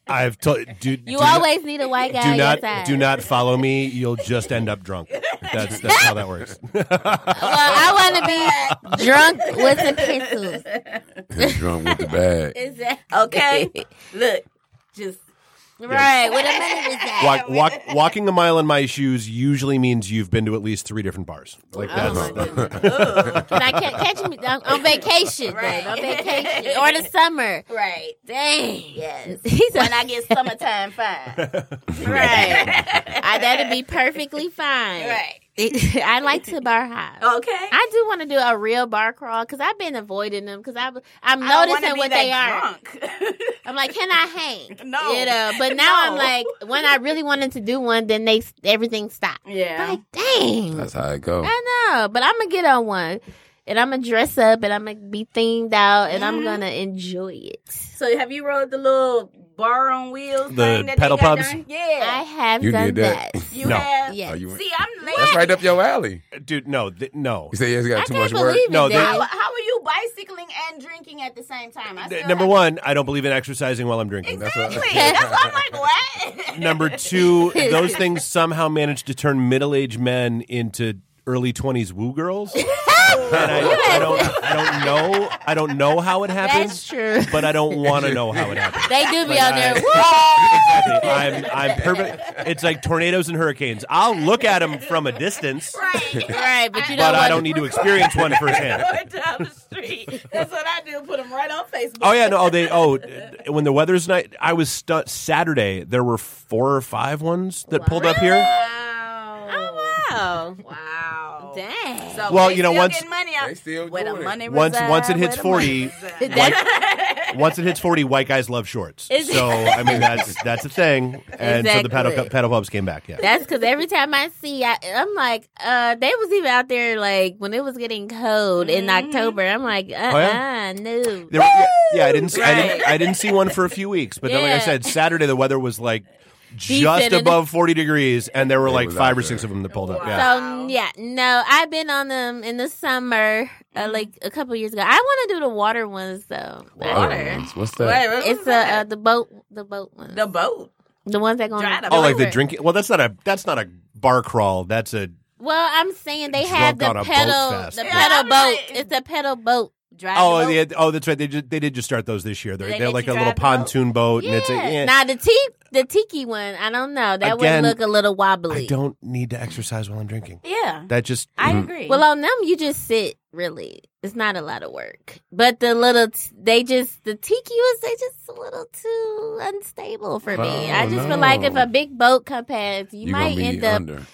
I've told do, You do always need a white not, guy. do on not your side. do not follow me. You'll just end up drunk. That's that's how that works. Well, I want to be drunk with the pistols. Drunk with the bag. Exactly. Okay. Look, just Right. What a minute is that? Walk, walk, walking a mile in my shoes usually means you've been to at least three different bars. Like that's Can I ca- catch me I'm on vacation? Right. Right. On vacation or the summer. right. Dang. Yes. He's When a, I get summertime fine. right. I, that'd be perfectly fine. Right. I like to bar hop. Oh, Okay. I do want to do a real bar crawl because I've been avoiding them because I'm I'm I don't wanna noticing be what that they are. drunk. I'm like, can I hang? No. you know. But now I'm No. like, when I really wanted to do one, then they everything stopped. yeah. Like, dang. That's how it go. I know, but I'm gonna get on one, and I'm gonna dress up, and I'm gonna be themed out, and I'm Mhm. gonna enjoy it. So have you rode the little bar on wheels? The thing that they pedal got pubs? done? I Yeah. have You done did that. that. you No. have. Yes. Oh, you went- See, I'm late. That's right up your alley. dude. No, th- no. You say yes, you got I too can't much work. believe No, it. they- How, Dave. how are you bicycling and drinking at the same time? I Th- still Number have- one, I don't believe in exercising while I'm drinking. That's Exactly. That's why I'm like, what? Number two, those things somehow manage to turn middle-aged men into early 20s woo girls. And I, I don't, I don't know. I don't know how it That's happens, true. but I don't want to know how it happens. They do be But on I- there. Exactly. I'm, I'm perfect. It's like tornadoes and hurricanes. I'll look at them from a distance, Right. Right, but you don't. but I want- don't need to experience one firsthand. Going down the street. That's what I do. Put them right on Facebook. Oh yeah, no. Oh, they. Oh, when the weather's night, I was stu- Saturday. There were four or five ones that pulled up here. Wow. Oh, Wow. dang. So Well, they you know, still once- getting money out. They still Where the doing it. money Once, reside, once it where hits the money forty, reside. once, once it hits forty, white guys love shorts. So I mean, that's that's a thing. And so the pedal Exactly. pedal pubs came back. Yeah. That's because every time I see, I, I'm like, uh, they was even out there like when it was getting cold in Mm-hmm. October. I'm like, uh, uh Oh, yeah? no. There- yeah, yeah, I didn't, see, I didn't. I didn't see one for a few weeks. But then, like I Yeah. said, Saturday the weather was like just Decent and- above forty degrees, and there were like was five out or six there. of them that pulled up. Yeah. So yeah, no, I've been on them in the summer, Mm-hmm. uh, like a couple years ago. I want to do the water ones though. Water. What's that? Wait, what It's was the uh, that? the boat, the boat ones, the, the boat. ones that go on Dried up. Oh, like the river. drinking. Well, that's not a that's not a bar crawl. That's a Well, I'm saying they Drunk have the on a boat pedal, fest. the Yeah, pedal I'm boat. like- It's a pedal boat. Drive Oh, the boat. yeah, oh, that's right. They just, they did just start those this year. They're, They they're make like you a little drive the boat. pontoon boat, and it's a, Yeah. eh. Now the te- the tiki one, I don't know. That Again, would look a little wobbly. I don't need to exercise while I'm drinking. yeah. That just I Mhm. agree. Well, on them you just sit. Really, it's not a lot of work. But the little, t- they just the tiki was they just a little too unstable for me. Oh, I just feel like no. if a big boat come past, you You might gonna be end up under. Uh-huh.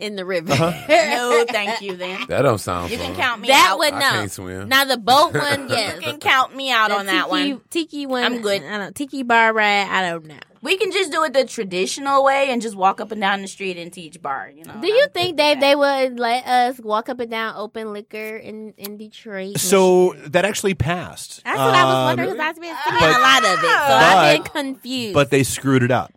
in the river. no, thank you then. That don't sound You fun. can count me that out. would I no. can't swim. Now the boat one, you yes. can count me out The on that tiki, one. Tiki one, I'm good. I don't tiki bar ride. I don't know. We can just do it the traditional way and just walk up and down the street and teach bar. You know. Do you I'm think good they with they would let us walk up and down open liquor in in Detroit? and so that actually passed. That's what I was Um, wondering because I've been seeing But- a lot of it, so I've been but- confused. but they screwed it up.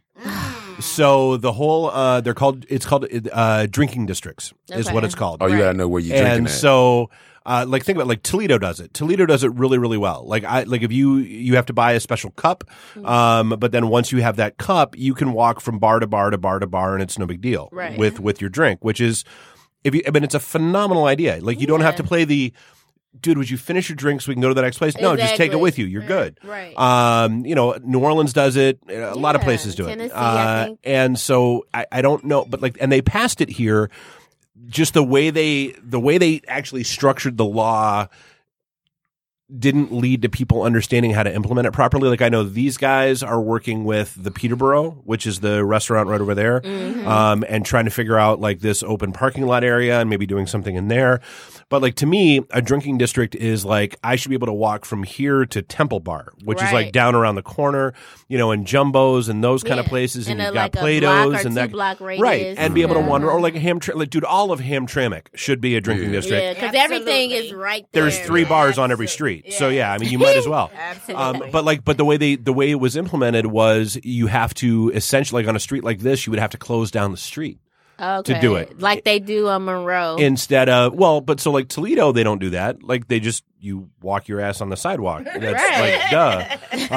So the whole uh, they're called it's called uh, drinking districts is Okay. what it's called. oh, you gotta know where you drinking and at. so uh, like think about like Toledo does it. Toledo does it really really well. Like I like if you you have to buy a special cup, Mm-hmm. um, but then once you have that cup, you can walk from bar to bar to bar to bar, and it's no big deal Right. with with your drink, which is if you. I mean, it's a phenomenal idea. Like you don't have to play the. Dude, would you finish your drink so we can go to the next place? No, just take Exactly. it with you. You're Right. good. Right. Um, you know, New Orleans does it. A lot of Yeah, places do it. Uh, Tennessee, I think. And so I, I don't know, but like, and they passed it here. Just the way they, the way they actually structured the law didn't lead to people understanding how to implement it properly. Like I know these guys are working with the Peterborough, which is the restaurant right over Mm-hmm. there, um, and trying to figure out like this open parking lot area and maybe doing something in there. But like to me, a drinking district is like I should be able to walk from here to Temple Bar, which is Right. like down around the corner, you know, and Jumbos and those kind of Yeah. places, and, And a, you've got like, a Play block Dohs or and that two block right, radius. and be able to Mhm. wander or like Ham, like dude, all of Hamtramck should be a drinking district. yeah, because everything is Absolutely. right there. There's three bars on every street, so yeah, I mean you might as well. Absolutely. Um, but like, but the way they the way it was implemented was you have to essentially like on a street like this, you would have to close down the street Okay. to do it. like they do on Monroe. instead of well, but so like Toledo, they don't do that. Like they just you walk your ass on the sidewalk. That's like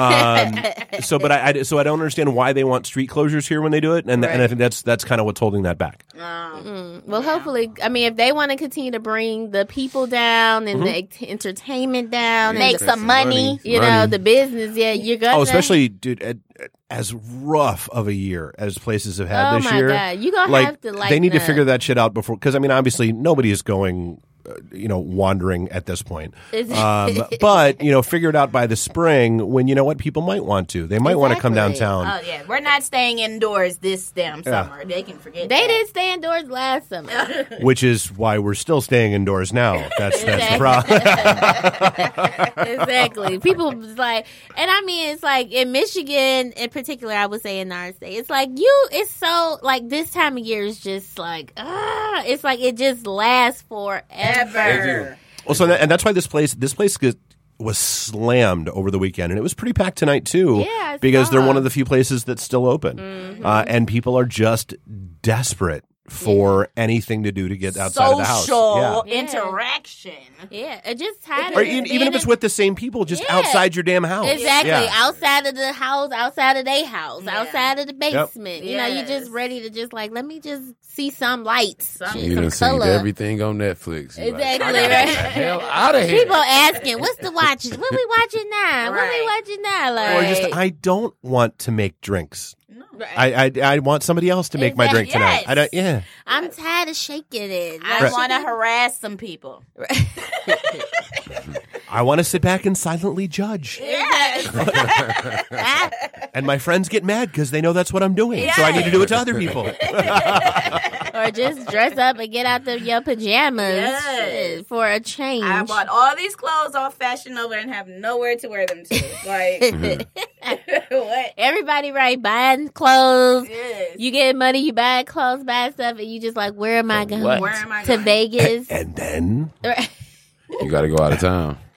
duh. Um, so, but I, I so I don't understand why they want street closures here when they do it, and and I think that's that's kind of what's holding that back. Mm. Well, hopefully, I mean, if they want to continue to bring the people down and the Mm-hmm. act- entertainment down, and Make the- some money. you know, Money. the business. Yeah, you're gonna. Oh, especially dude, at, at- as rough of a year as places have had Oh this my year. God, you gonna like have to they lighten need to figure up. that shit out before because I mean obviously nobody is going, uh, you know, wandering at this point. Is- Um, but you know, figure it out by the spring when you know what people might want to. They might want to come Exactly. downtown. Oh yeah, we're not staying indoors this damn Yeah. summer. They can forget. They that. didn't stay indoors last summer. which is why we're still staying indoors now. That's that's the problem. exactly. People was like, and I mean, it's like in Michigan in particular, I would say in our state, it's like you, it's so, like this time of year is just like, ah, it's like it just lasts forever. Ever. well, so that, and that's why this place this place g- was slammed over the weekend, and it was pretty packed tonight too. Yeah, I because they're saw. Mm-hmm. one of the few places that's still open, uh, and people are just desperate for anything to do to get outside of the house. Social Yeah. interaction. Yeah, it just tired Or e-, of even, being even if it's in- with the same people, just Yeah. outside your damn house. Exactly. Yeah. Outside of the house, outside of their house, Yeah. outside of the basement. You know, Yes. you're just ready to just like, let me just see some lights, some, you done seen everything on Netflix. You like, Exactly, "I gotta right. get the hell out of here. People asking, what's the watching? What we watching now? What we Right. watching now? Or Like, just, I don't want to make drinks. Right. I, I, I want somebody else to make my drink Exactly. tonight. I don't. Yeah. I'm tired of shaking it. I Right. want to harass some people. I want to sit back and silently judge. Yes. And my friends get mad because they know that's what I'm doing. So I need to do it to other people. or just dress up and get out the your pajamas Yes. uh, for a change. I bought all these clothes all fashioned over and have nowhere to wear them to. Like Mm-hmm. what? Everybody right buying clothes. Yes. You get money, you buy clothes, buy stuff, and you just like, where am I going? what? Where am I to going? Vegas? And then You gotta go out of town.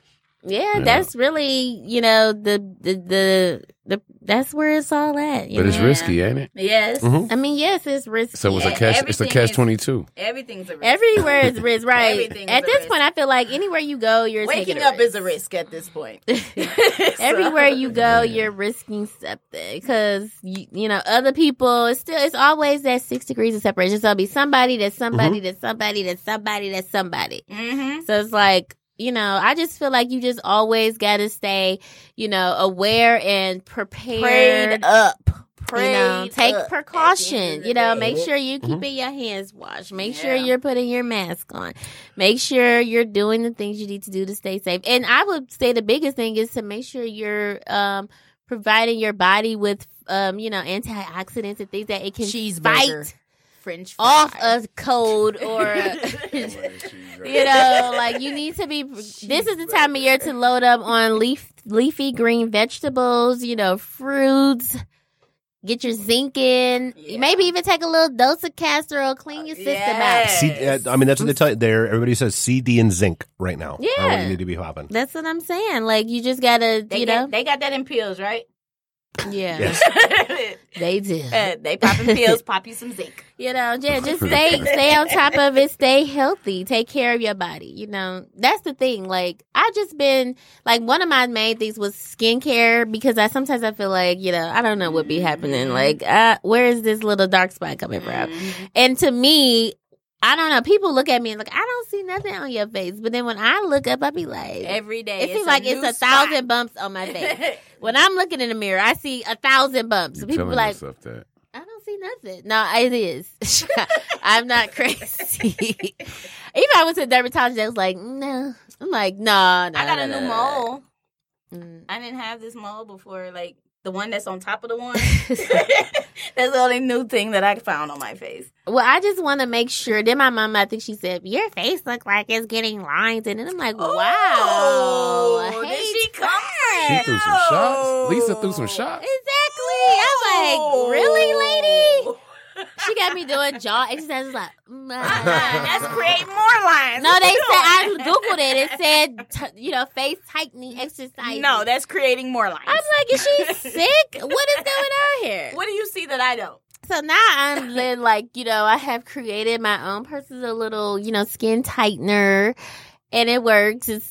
Yeah, that's really you know the the the, the that's where it's all at. you But it's know? risky, ain't it? Yes. Mhm. I mean, yes, it's risky. So it's a Yeah, catch. It's a everything catch is- twenty two. Everything's a risk. everywhere is risk, right? Everything is At a this risk. point, I feel like anywhere you go, you're Waking taking up risk. is a risk at this point. Everywhere you go, you're risking something because you, you know other people. It's still it's always that six degrees of separation. So it'll be somebody that's somebody that's somebody that's somebody that's somebody. Mm-hmm. So it's like, you know, I just feel like you just always got to stay, you know, aware and prepared. Prayed up. you Prayed know, take up. At the end precaution. of You know, the make day. sure you keeping your hands washed. Make sure Yeah. you're putting your mask on. Make sure you're doing the things you need to do to stay safe. And I would say the biggest thing is to make sure you're um, providing your body with, um, you know, antioxidants and things that it can Cheeseburger. fight French off fry. a cold or. a- you know, like you need to be. This is the time of year to load up on leaf, leafy green vegetables. You know, fruits. Get your zinc in. Yeah. Uh, Maybe even take a little dose of castor oil. Clean your system out. Yes. C, uh, I mean, that's what they tell you there. Everybody says CD and zinc right now. are what Yeah. you need to be hopping. That's what I'm saying. Like you just gotta, They, you get- know. they got that in pills, right? yeah, Yes. they do. Uh, they popping pills, pop you some zinc. You know, yeah, just stay stay on top of it, stay healthy, take care of your body. You know, that's the thing. Like I just been like one of my main things was skincare because I sometimes I feel like you know I don't know what be happening. Mm-hmm. Like uh, where is this little dark spot coming from? And to me. I don't know. People look at me and like, I don't see nothing on your face. But then when I look up, I be like, Every day. it seems like it's new a spot. thousand bumps on my face. when I'm looking in the mirror, I see a thousand bumps. You're people telling be like, yourself that. I don't see nothing. No, it is. I'm not crazy. Even I went to the dermatologist. They was like, no. I'm like, no, no. I got no, a no, new no, mole. no." Mm. I didn't have this mole before, like the one that's on top of the one. that's the only new thing that I found on my face. Well, I just want to make sure. Then my mom, I think she said, your face look like it's getting lines. And then I'm like, wow. Ooh, Hey, Oh, did she come? She threw some oh." shots. Lisa threw some shots. Exactly. Oh. I'm like, really, lady? She got me doing jaw exercises. Like, Uh-uh, that's "Mwah." create more lines. No, What they said you I doing? googled it. It said t- you know face tightening exercise. No, that's creating more lines. I'm like, is she sick? What is going on here? what do you see that I don't? So now I'm been like, you know, I have created my own personal little, you know, skin tightener, and it works. It's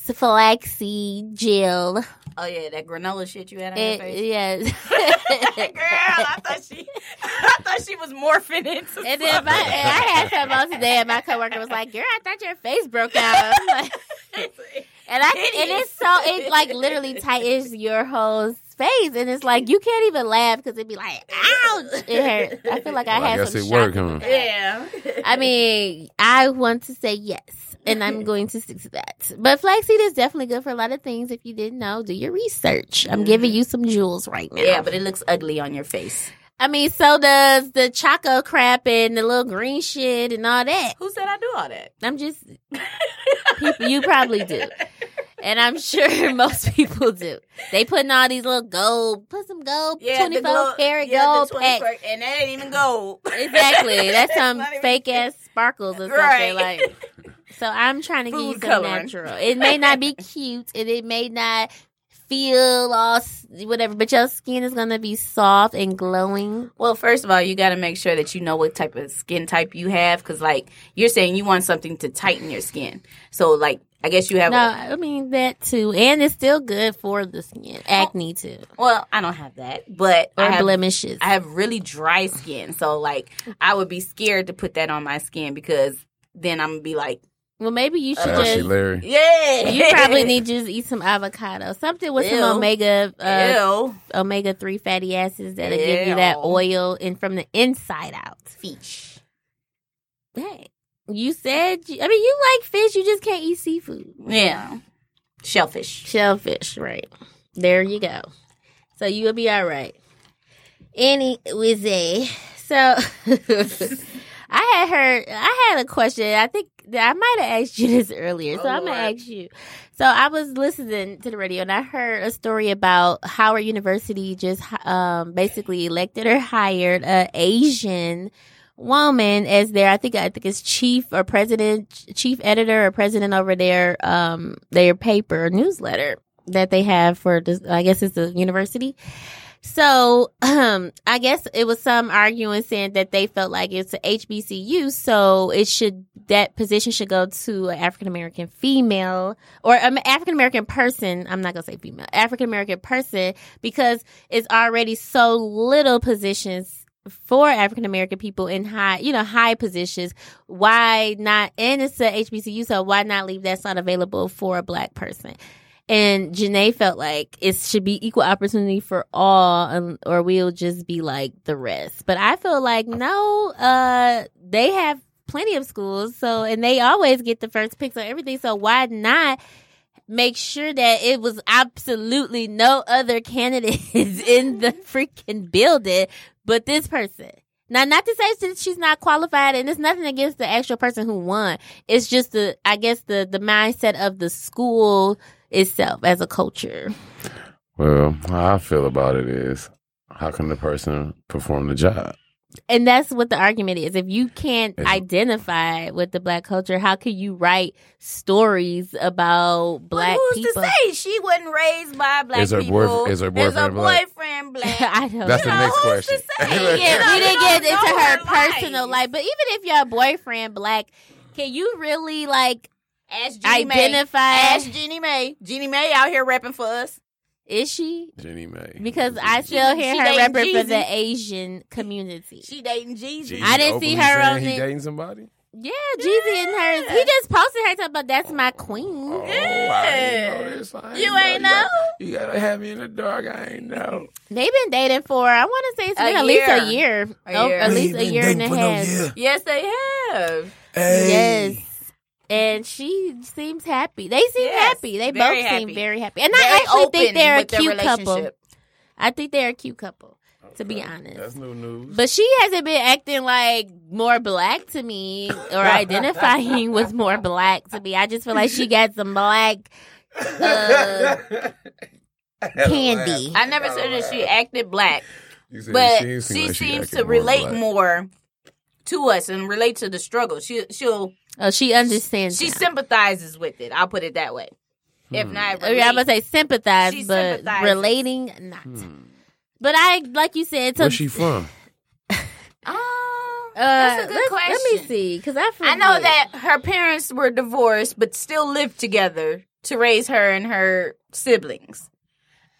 flaxseed gel. Oh yeah, that granola shit you had on your It, face. yes. Girl, I thought she, I thought she was morphing into. And then my, and I had some on today, and my coworker was like, "Girl, I thought your face broke out." I'm like, something. And I and it's so it like literally tightens your whole face, and it's like you can't even laugh because it'd be like, ouch! It hurt. I feel like I Well, I had guess some it shock. worked, huh? yeah. I mean, I want to say yes, and Mm-hmm. I'm going to stick to that. But flaxseed is definitely good for a lot of things. If you didn't know, do your research. I'm giving you some jewels right now. Mm-hmm. Yeah, but it looks ugly on your face. I mean, so does the choco crap and the little green shit and all that. Who said I do all that? I'm just people, you probably do. And I'm sure most people do. They putting all these little gold, put some gold, Yeah, twenty the four glow- karat yeah, the gold pack. 24 and that ain't even gold. Exactly. That's some not even- fake ass sparkles or something Right. like. So I'm trying to get you Food some coloring. natural. It may not be cute, and it may not feel all s- whatever, but your skin is gonna be soft and glowing. Well, first of all, you got to make sure that you know what type of skin type you have, because like you're saying, you want something to tighten your skin. So like, I guess you have. No, I mean that too, and it's still good for the skin, acne too, well, I don't have that, but or Oh, I have. blemishes. I have really dry skin, so like I would be scared to put that on my skin because then I'm gonna be like, well, maybe you should Ashy just Larry. yeah, You probably need to just eat some avocado, something with Ew. some omega uh, Ew. omega three fatty acids that'll give you that Ew. oil and from the inside out. Fish. Hey, you said you, I mean you like fish, you just can't eat seafood. Yeah, shellfish. Shellfish, right? There you go. So you'll be all right. Any whizzy. So I had heard I had a question. I think that I might have asked you this earlier. So Oh, I'm gonna Lord. ask you. So I was listening to the radio and I heard a story about Howard University just um, basically elected or hired a Asian woman as their I think I think it's chief or president chief editor or president over their um their paper newsletter that they have for this, I guess it's the university. So um I guess it was some arguing saying that they felt like it's a HBCU, so it should that position should go to an African American female or an African American person. I'm not gonna say female, African American person because it's already so little positions for African American people in high, you know, high positions. Why not? And it's a HBCU, so why not leave that slot available for a black person? And Janae felt like it should be equal opportunity for all, um, or we'll just be like the rest. But I feel like no, uh, they have plenty of schools, so and they always get the first picks on everything. So why not make sure that it was absolutely no other candidates in the freaking building but this person. Now, not to say that she's not qualified, and it's nothing against the actual person who won. It's just the, I guess, the the mindset of the school itself as a culture. Well, how I feel about it is, how can the person perform the job? And that's what the argument is. If you can't It's- identify with the black culture, how can you write stories about black But who's people? to say she wasn't raised by black Is her people? boyf- is her boyfriend black? boyfriend black? I don't That's know. the next question. yeah, we didn't You get don't into know her her life. personal life. But even if your boyfriend black, can you really like Ask Jeannie May. identify? Ask Jeannie May. Jeannie May out here rapping for us. Is she? Jenny May. Because I still hear she her dating rapping for the Jeezy. Asian community. She dating Jesus. I didn't see her on He the- dating somebody? yeah, Jeezy and her. He just posted her talking about that's my queen. Oh, I ain't know this. I You ain't You gotta, you gotta have me in the dark. I ain't know. They've been dating for I want to say it's A been at least a year. year, A Oh, year. at We least a year and a half. Yes, they have. Yes. And she seems happy. They seem Yes, happy. They both very seem happy. very happy. And Very I actually think open they're a with their cute couple. relationship. I think they're a cute couple, to be honest. That's new news. But she hasn't been acting like more black to me or identifying with more black to me. I just feel like she got some black uh, candy. I never said that she acted black, You said but ain't seem she like seems acting to relate black. more to us and relate to the struggle. She she'll Oh, she understands. she She's sympathizes with it. I'll put it that way. If not, I mean, I'm relate. gonna say sympathize, She but sympathizes. relating not. But I like you said. To, Where's she from? Oh, Uh, that's a good let, question. Let me see, because I I know that her parents were divorced, but still lived together to raise her and her siblings.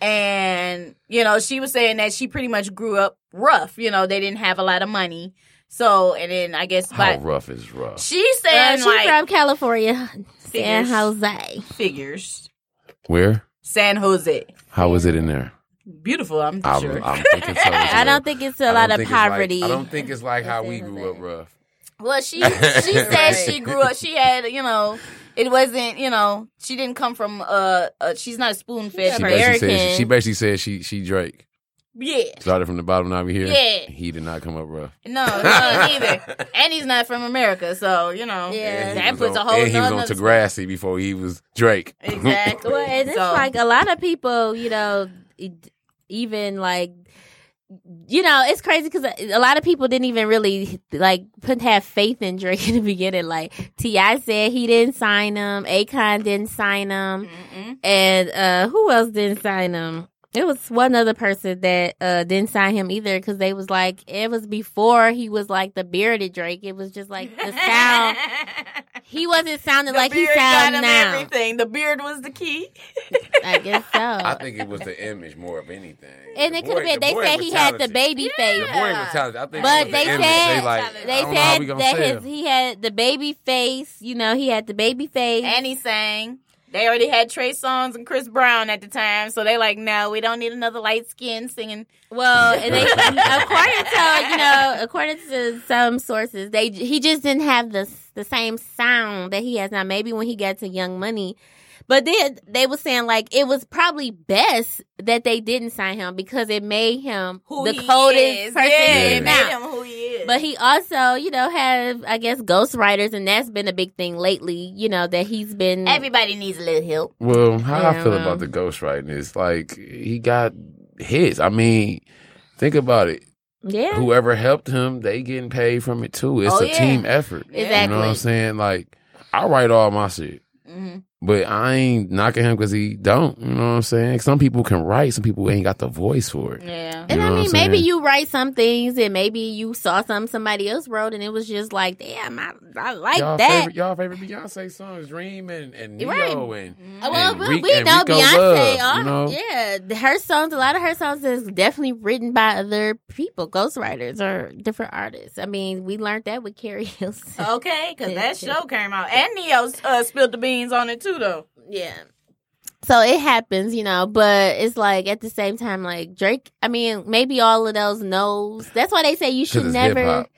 And you know, she was saying that she pretty much grew up rough. You know, they didn't have a lot of money, so and then I guess How by rough is rough? she's Uh, saying she's like from California, San Figures. Jose. figures, Where? San Jose, How is it in there? beautiful. I'm I'm, sure. I'm thinking so. I don't think it's a lot of poverty. I don't think it's like how we San grew up Jose. rough. Well, she she said she grew up. She had you know. It wasn't, you know, she didn't come from uh, uh she's not a spoon fed She Her basically, person. said, American. she, she basically said she she Drake Yeah. started from the bottom. Now we here. Yeah. He did not come up rough. No, no, neither. And he's not from America, so you know Yeah. And he that was puts on- a whole And he was on nother- Degrassi before he was Drake. Exactly. Well, and it's So- like a lot of people, you know, e- even like, you know, it's crazy because a lot of people didn't even really like put have faith in Drake in the beginning. Like Ti said, he didn't sign him. Akon didn't sign Mm-hmm. him, Mm-mm. and uh who else didn't sign him? It was one other person that uh didn't sign him either because they was like it was before he was like the bearded Drake. It was just like the sound. He wasn't sounding The like he beard got sounds him now. Everything. The beard was the key. I guess so. I think it was the image more of anything. And it could have been. They said he had the baby The face, boy was talented. I think But it was they the image. said- they, like, they I they don't know how we said gonna that sell. his, he had the baby face. You know, he had the baby face. And he sang. They already had Trey Songz and Chris Brown at the time, so they like, no, we don't need another light skin singing. well, and they, according to you know, according to some sources, they he just didn't have the the same sound that he has now. Maybe when he got to Young Money. But then they were saying like it was probably best that they didn't sign him because it made him Who the he coldest is. person yeah, in it and made out. him who he is. But he also, you know, have I guess ghostwriters, and that's been a big thing lately. You know that he's been everybody needs a little help. Well, how I Yeah, feel well. about the ghostwriting is like he got hits. I mean, think about it. Yeah. whoever helped him, they getting paid from it too. It's Oh, a yeah. team effort. You know what I'm Exactly. saying? Like I write all my shit, Mhm. but I ain't knocking him because he don't. You know what I'm saying? Some people can write, some people ain't got the voice for it. Yeah. And You know I what mean, I'm maybe saying? you write some things, and maybe you saw something somebody else wrote, and it was just like, damn, I, I like y'all that. favorite, y'all favorite Beyonce songs, Dream and and Neo Right. and. Mm-hmm. Oh, Well, and we, Rick- we and know Rico Beyonce. Love, all- you know? Yeah, her songs. A lot of her songs is definitely written by other people, ghostwriters or different artists. I mean, we learned that with Carrie Hilson. Okay, because Yeah, that yeah. show came out, and Neo uh, spilled the beans on it too, though. Yeah. So it happens, you know, but it's like at the same time, like Drake. I mean, maybe all of those no's. That's why they say you should it's never. hip-hop.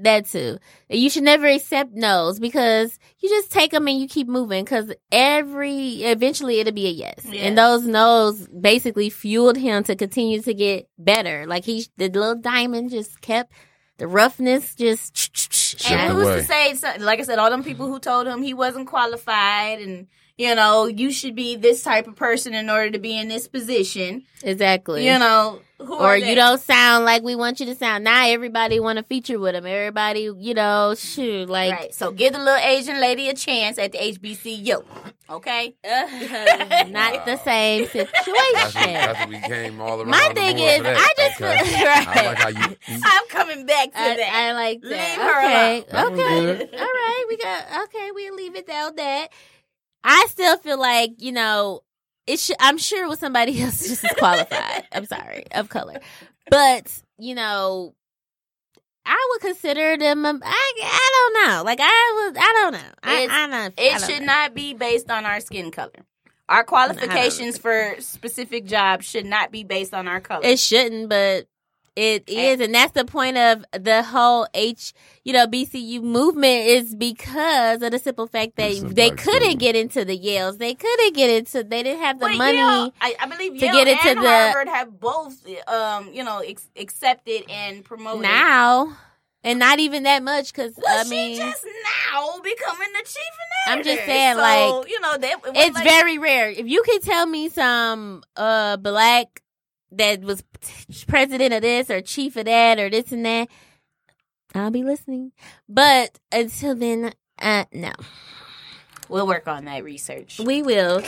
That too. You should never accept no's because you just take them and you keep moving. Because every eventually it'll be a yes, Yeah. and those no's basically fueled him to continue to get better. Like he, the little diamond just kept the roughness just. Chipped and and- who's away. to say? Something? Like I said, all them people who told him he wasn't qualified, and you know, you should be this type of person in order to be in this position. Exactly. You know, who or are you they? don't sound like we want you to sound. Now everybody want to feature with them. Everybody, you know, shoot, like right. So give the little Asian lady a chance at the HBCU. Okay. Uh, not the same situation. That's what, that's what we came all around. My the thing board is, for I that. just Okay. feel- I right. like how you. you I'm coming back to that. I, I like that. Leave her okay, That was okay, good. all right. We got okay. We leave it down that. I still feel like you know it. Should, I'm sure it was somebody else just as qualified. I'm sorry, of color, but you know. I would consider them. a- I I don't know. Like I would. I don't know. I, It's- I don't. I It don't should know. not be based on our skin color. Our qualifications for specific jobs should not be based on our color. It shouldn't, but it Eh. is, and that's the point of the whole H, you know, BCU movement is because of the simple fact that It's a they black couldn't student. get into the Yales, they couldn't get into, they didn't have the But money. Yale, I, I believe to Yale get it to and the- Harvard have both, um, you know, ex- accepted and promoted. now, and not even that much because Oh, Well, I mean, she just now becoming the chief and I'm just editor. saying, So, like, you know, they, it was it's like- very rare. If you can tell me some uh black that was president of this or chief of that or this and that, I'll be listening. But until then, uh, no. We'll work on that research. We will.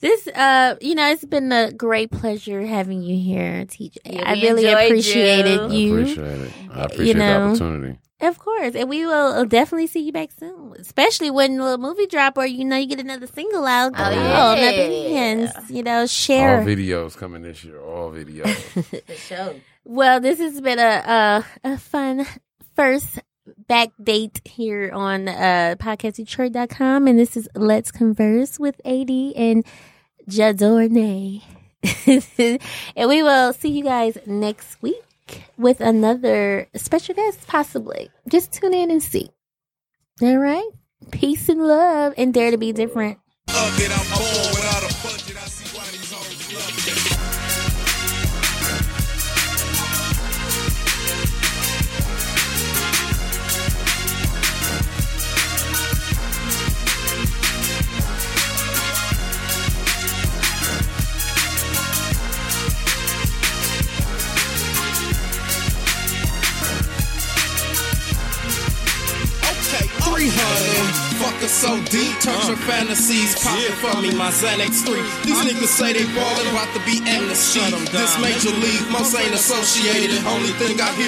This, uh, you know, it's been a great pleasure having you here, TJ. Yeah, I we really enjoyed appreciated I you. appreciate it. I appreciate know. the opportunity. Of course, and we will uh, definitely see you back soon, especially when the little movie drop or you know you get another single out. Oh, Girl, yeah. nothing ends, you know, All share. videos coming this year. All videos. The show. Well, this has been a a, a fun first back date here on uh podcastdetroit.com and this is Let's Converse with AD and Jadorne. and we will see you guys next week with another special guest possibly. Just tune in and see. All right? Peace and love and dare to be different. That I'm born without a budget. I see why these hoes love me. Okay, 300. Fucker so deep, touch your fantasies, pop it for me, my Xanax 3. These niggas say they ballin', about to be amnesty. This major league, most ain't associated. Only thing I hear.